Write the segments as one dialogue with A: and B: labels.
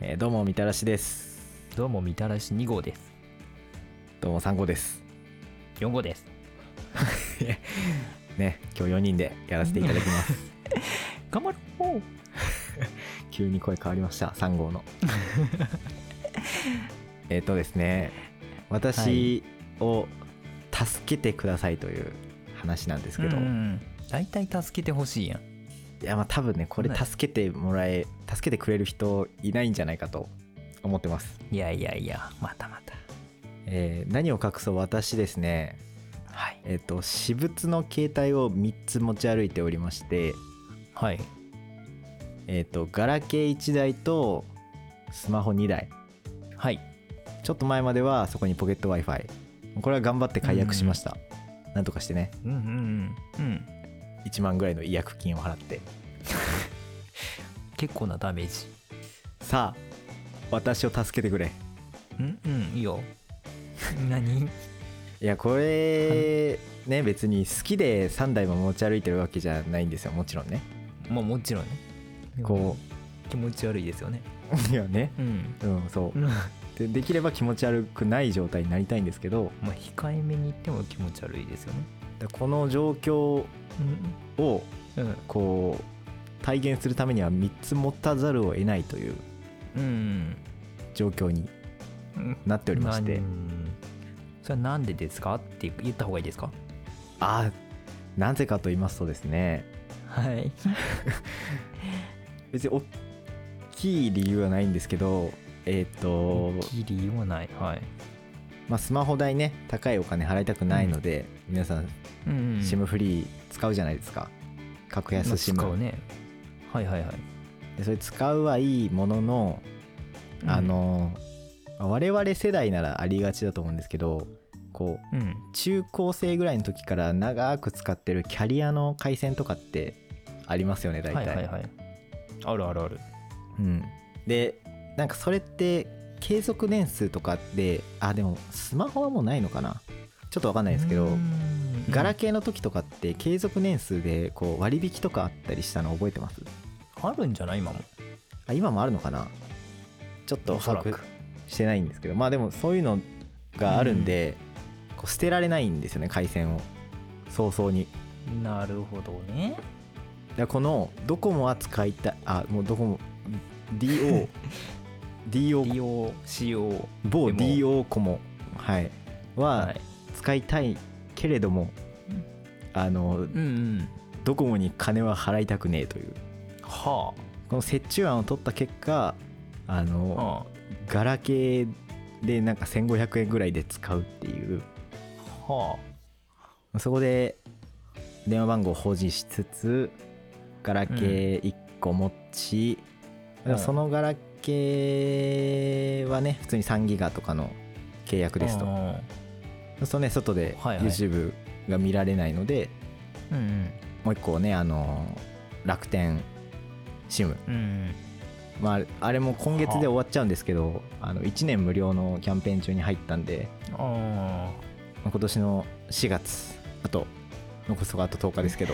A: えーどうもみたらしです
B: どうもみたらし2号です
A: どうも3号です
B: 4号です
A: ね今日4人でやらせていただきます
B: 頑張ろう
A: 急に声変わりました3号の えっとですね私を助けてくださいという話なんですけど、
B: うん大体助けてほしいやん
A: いやまあ多分ねこれ
B: ね
A: 助けてもらえ助けてくれる人いないんじゃないかと思ってます、
B: いやいやいやまたまた
A: えー何を隠そう私ですね
B: はい
A: えっ、と私物の携帯を3つ持ち歩いておりまして
B: はい
A: えっ、とガラケー1台とスマホ2台
B: はい
A: ちょっと前まではそこにポケット w i f i これは頑張って解約しました、なんとかしてね
B: うんうんうんうん
A: 1万ぐらいの違約金を払って
B: 結構なダメージ
A: さあ私を助けてくれ
B: うんうんいいよ 何
A: いやこれね別に好きで3台も持ち歩いてるわけじゃないんですよもちろんね
B: まあもちろんね
A: こ
B: う気持ち悪いですよね
A: ういやね
B: うん
A: うんそう
B: ま
A: でできれば気持ち悪くない状態になりたいんですけど
B: あ控えめに言っても気持ち悪いですよね
A: でこの状況を
B: うん
A: こう体現するためには3つ持たざるを得ないという
B: うん
A: 状況に
B: うん
A: なっておりまして
B: なんそれはなんでですかって言った方がいいですか
A: ああなぜかと言いますとですね
B: はい
A: 別に大きい理由はないんですけどえっ、と、
B: きい理由はないはい、
A: まあ、スマホ代ね高いお金払いたくないので、皆さん
B: うんうん
A: SIM フリー使うじゃないですか格安 SIM、
B: まあ使うねはいはいはい
A: でそれ使うはいいものの、あのまあ我々世代ならありがちだと思うんですけどこう
B: うん
A: 中高生ぐらいの時から長く使ってるキャリアの回線とかってありますよね大体、
B: はいはいはいあるあるある
A: うん、でなんかそれって継続年数とかであでもスマホはもうないのかなちょっとわかんないですけどガラ
B: ケ
A: ケーの時とかって継続年数でこう割引とかあったりしたの覚えてます
B: あるんじゃない今も
A: あ今もあるのかなちょっと
B: おそ
A: 把
B: らく
A: 握してないんですけどまあでもそういうのがあるんで、こう捨てられないんですよね回線を早々に
B: なるほどね
A: でこのドコモは使いたいあもうドコモ DO DO
B: DO、CO
A: 某
B: でも
A: DO コモはいは
B: はい
A: 使いたいけれども、あの
B: うんうん
A: ドコモに金は払いたくねえという
B: は
A: この折衷案を取った結果あ
B: あ
A: の
B: は
A: ガラケーでなんか1500円ぐらいで使うっていう
B: あは
A: そこで電話番号を保持しつつガラケー1個持ち、
B: うん
A: そのガラケーはね普通に3ギガとかの契約
B: あ
A: です
B: う
A: と
B: ん
A: そうするとね外で
B: はいはい
A: YouTube が見られないので、
B: うん
A: もう一個ねあの楽天 SIM
B: うんうん
A: まあ、あれも今月で終わっちゃうんですけどあの1年無料のキャンペーン中に入ったんで
B: あ
A: まあ今年の4月あと残すとこあと10日ですけ ど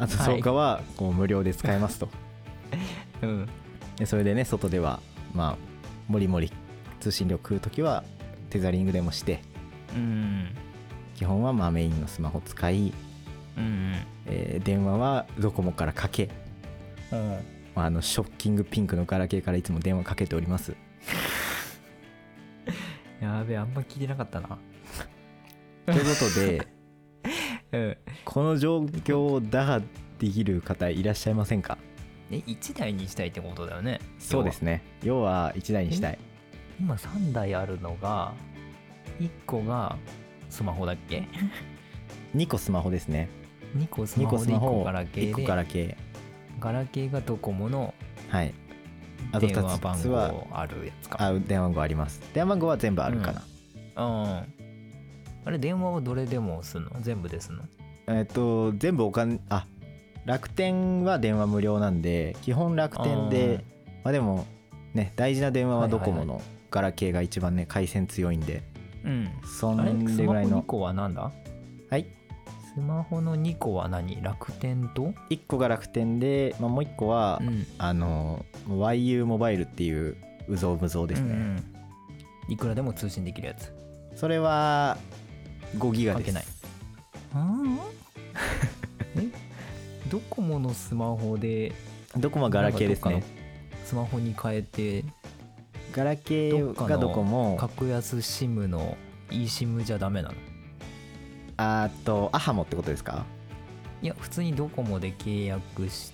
A: あと
B: はい
A: 10日はこう無料で使えますと、
B: あうん
A: でそれでね外ではまあもりもり通信料食う時はテザリングでもして
B: うん
A: 基本はまあメインのスマホ使い、
B: うん
A: えー電話はドコモからかけ、
B: うん
A: まあ、あのショッキングピンクのガラケーからいつも電話かけており ます
B: やべえあんま聞いてなかったな
A: ということで
B: うん
A: この状況を打破できる方いらっしゃいませんか
B: え1台にしたいってことだよね
A: そうですね要は1台にしたい
B: 今3台あるのが1個がスマホだっけ
A: 2個スマホですね
B: 2個ス
A: 2
B: マ
A: 個
B: ホ
A: ス
B: で
A: マ
B: 1
A: ホ
B: 個ガラケ
A: 1
B: ー
A: 個
B: で
A: ガラケ
B: ガラケーがドコモの
A: ーはいあと
B: 電
A: 2
B: 話番
A: つは
B: 号あるやつか
A: あ電話番号あります電話番号は全部あるかな、
B: うんあれ電話はどれでもすんの全部ですんの
A: えっと全部お金あ楽天は電話無料なんで基本楽天でまあでもね大事な電話はドコモのガラケーが一番ね回線強いんで
B: うん
A: そ
B: あれ
A: ん
B: ス
A: でぐ
B: マホ
A: らい
B: 2
A: の
B: 個は何だ
A: はい
B: スマホの2個は何楽天と
A: 1個が楽天で、まあ、もう1個は、
B: うん
A: あの YU モバイルっていううぞうむぞうですね、
B: うんうんいくらでも通信できるやつ
A: それは5ギガです
B: 関係ないうん えドコモのスマホで
A: ドコモはガラケーです
B: なん
A: ね
B: かどっかのスマホに変えて
A: ガラケーがドコモ
B: 格安 SIM の eSIM じゃダメなの
A: あとアハモってことですか
B: いや普通にドコモで契約し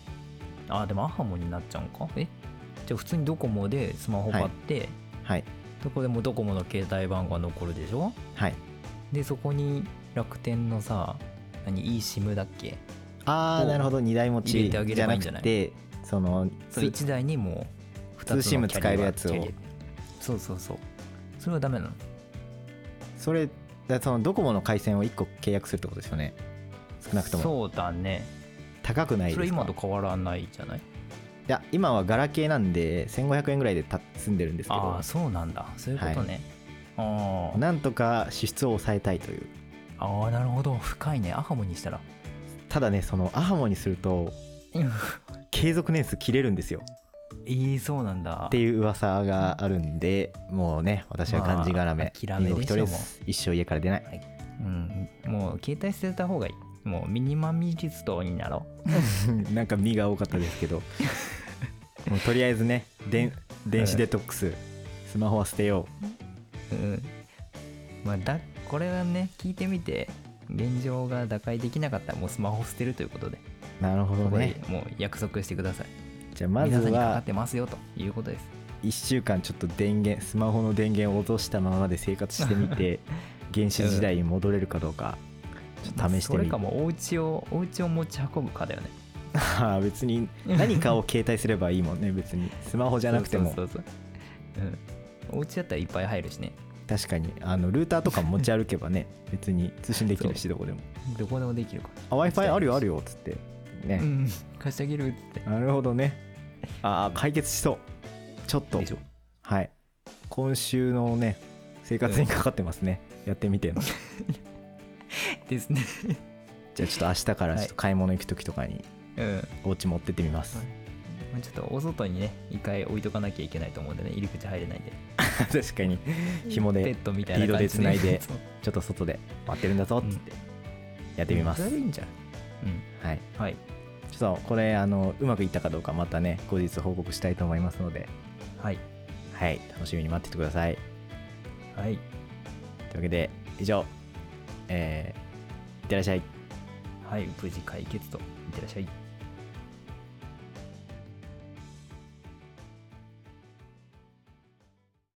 B: あでもアハモになっちゃうんかえじゃあ普通にドコモでスマホ買って、
A: はい
B: どこでもドコモの携帯番号が残るでしょ
A: はい
B: でそこに楽天のさ何 eSIM だっけ
A: ああ
B: お
A: なるほど2台持
B: 入
A: ち
B: れてあげ
A: じ
B: れ
A: ゃ
B: ば
A: ない
B: いん
A: く
B: じゃない
A: てその
B: そ1台にもう2
A: ツーシーム使えるやつを
B: キャリアそうそうそうそれはダメなの
A: それだそのドコモの回線を1個契約するってことですよね少なくとも
B: そうだね
A: 高くないです
B: そ
A: か
B: れ今と変わらないじゃない
A: いや今はガラケーなんで1500円ぐらいでた住んでるんですけ
B: あ
A: ど
B: あそうなんだそういうことね、あー
A: なんとか支出を抑えたいという
B: あーなるほど深いねアハモにしたら
A: ただねそのアハモにすると継続年数切れるんですよ
B: えー、そうなんだ
A: っていう噂があるんでもうね私はがんじがら
B: ま
A: め
B: あ諦めでしょ
A: 身動き取れず一生家から出ない
B: うん、もう携帯捨てた方がいいもうミニマミリストになろ
A: なんか身が多かったですけ どもうとりあえずねでん電子デトックス、スマホは捨てよ
B: う、うんまあ、だこれはね聞いてみて現状が打開できなかったらもうスマホ捨てるということで
A: うなるほ
B: こ
A: ど
B: こで
A: ね
B: もう約束してください、
A: じゃあまず
B: 皆さんにかか
A: は
B: ってますよということです
A: 1週間ちょっと電源スマホの電源を落としたままで生活してみ て原始時代に戻れるかどうかちょっと試して
B: そ
A: み
B: れ
A: る
B: かもお家をお家を持ち運ぶかだよね
A: あー別に何かを携帯すればいいもんね 別にスマホじゃなくても
B: そうそうそうそう、うん、お家だったらいっぱい入るしね
A: 確かにあのルーターとか持ち歩けばね 別に通信できるしどこでも
B: どこでもできるか
A: 「w i f i あるよあるよ」っつって
B: う
A: ね、
B: ん貸してあげるって
A: なるほどねああ解決しそうちょっと
B: でしょ
A: はい今週のね生活にかかってますね、やってみ ての
B: ですね
A: じゃあちょっと明日からちょっと買い物行く時とかに
B: うん
A: お家持ってってみます、
B: まあちょっとお外にね一回置いとかなきゃいけないと思うんでね入り口入れないんで
A: 確かに紐
B: ペッ
A: で
B: トみたいな感じ
A: リードで繋いで
B: そう
A: ちょっと外で待ってるんだぞっつってやってみます、
B: それでいいんじゃん
A: はい
B: うんはい
A: ちょっとこれあのうまくいったかどうかまたね後日報告したいと思いますので
B: はい
A: はい楽しみに待っててください
B: はい
A: というわけで以上えーいってらっしゃい
B: はい無事解決といってらっしゃい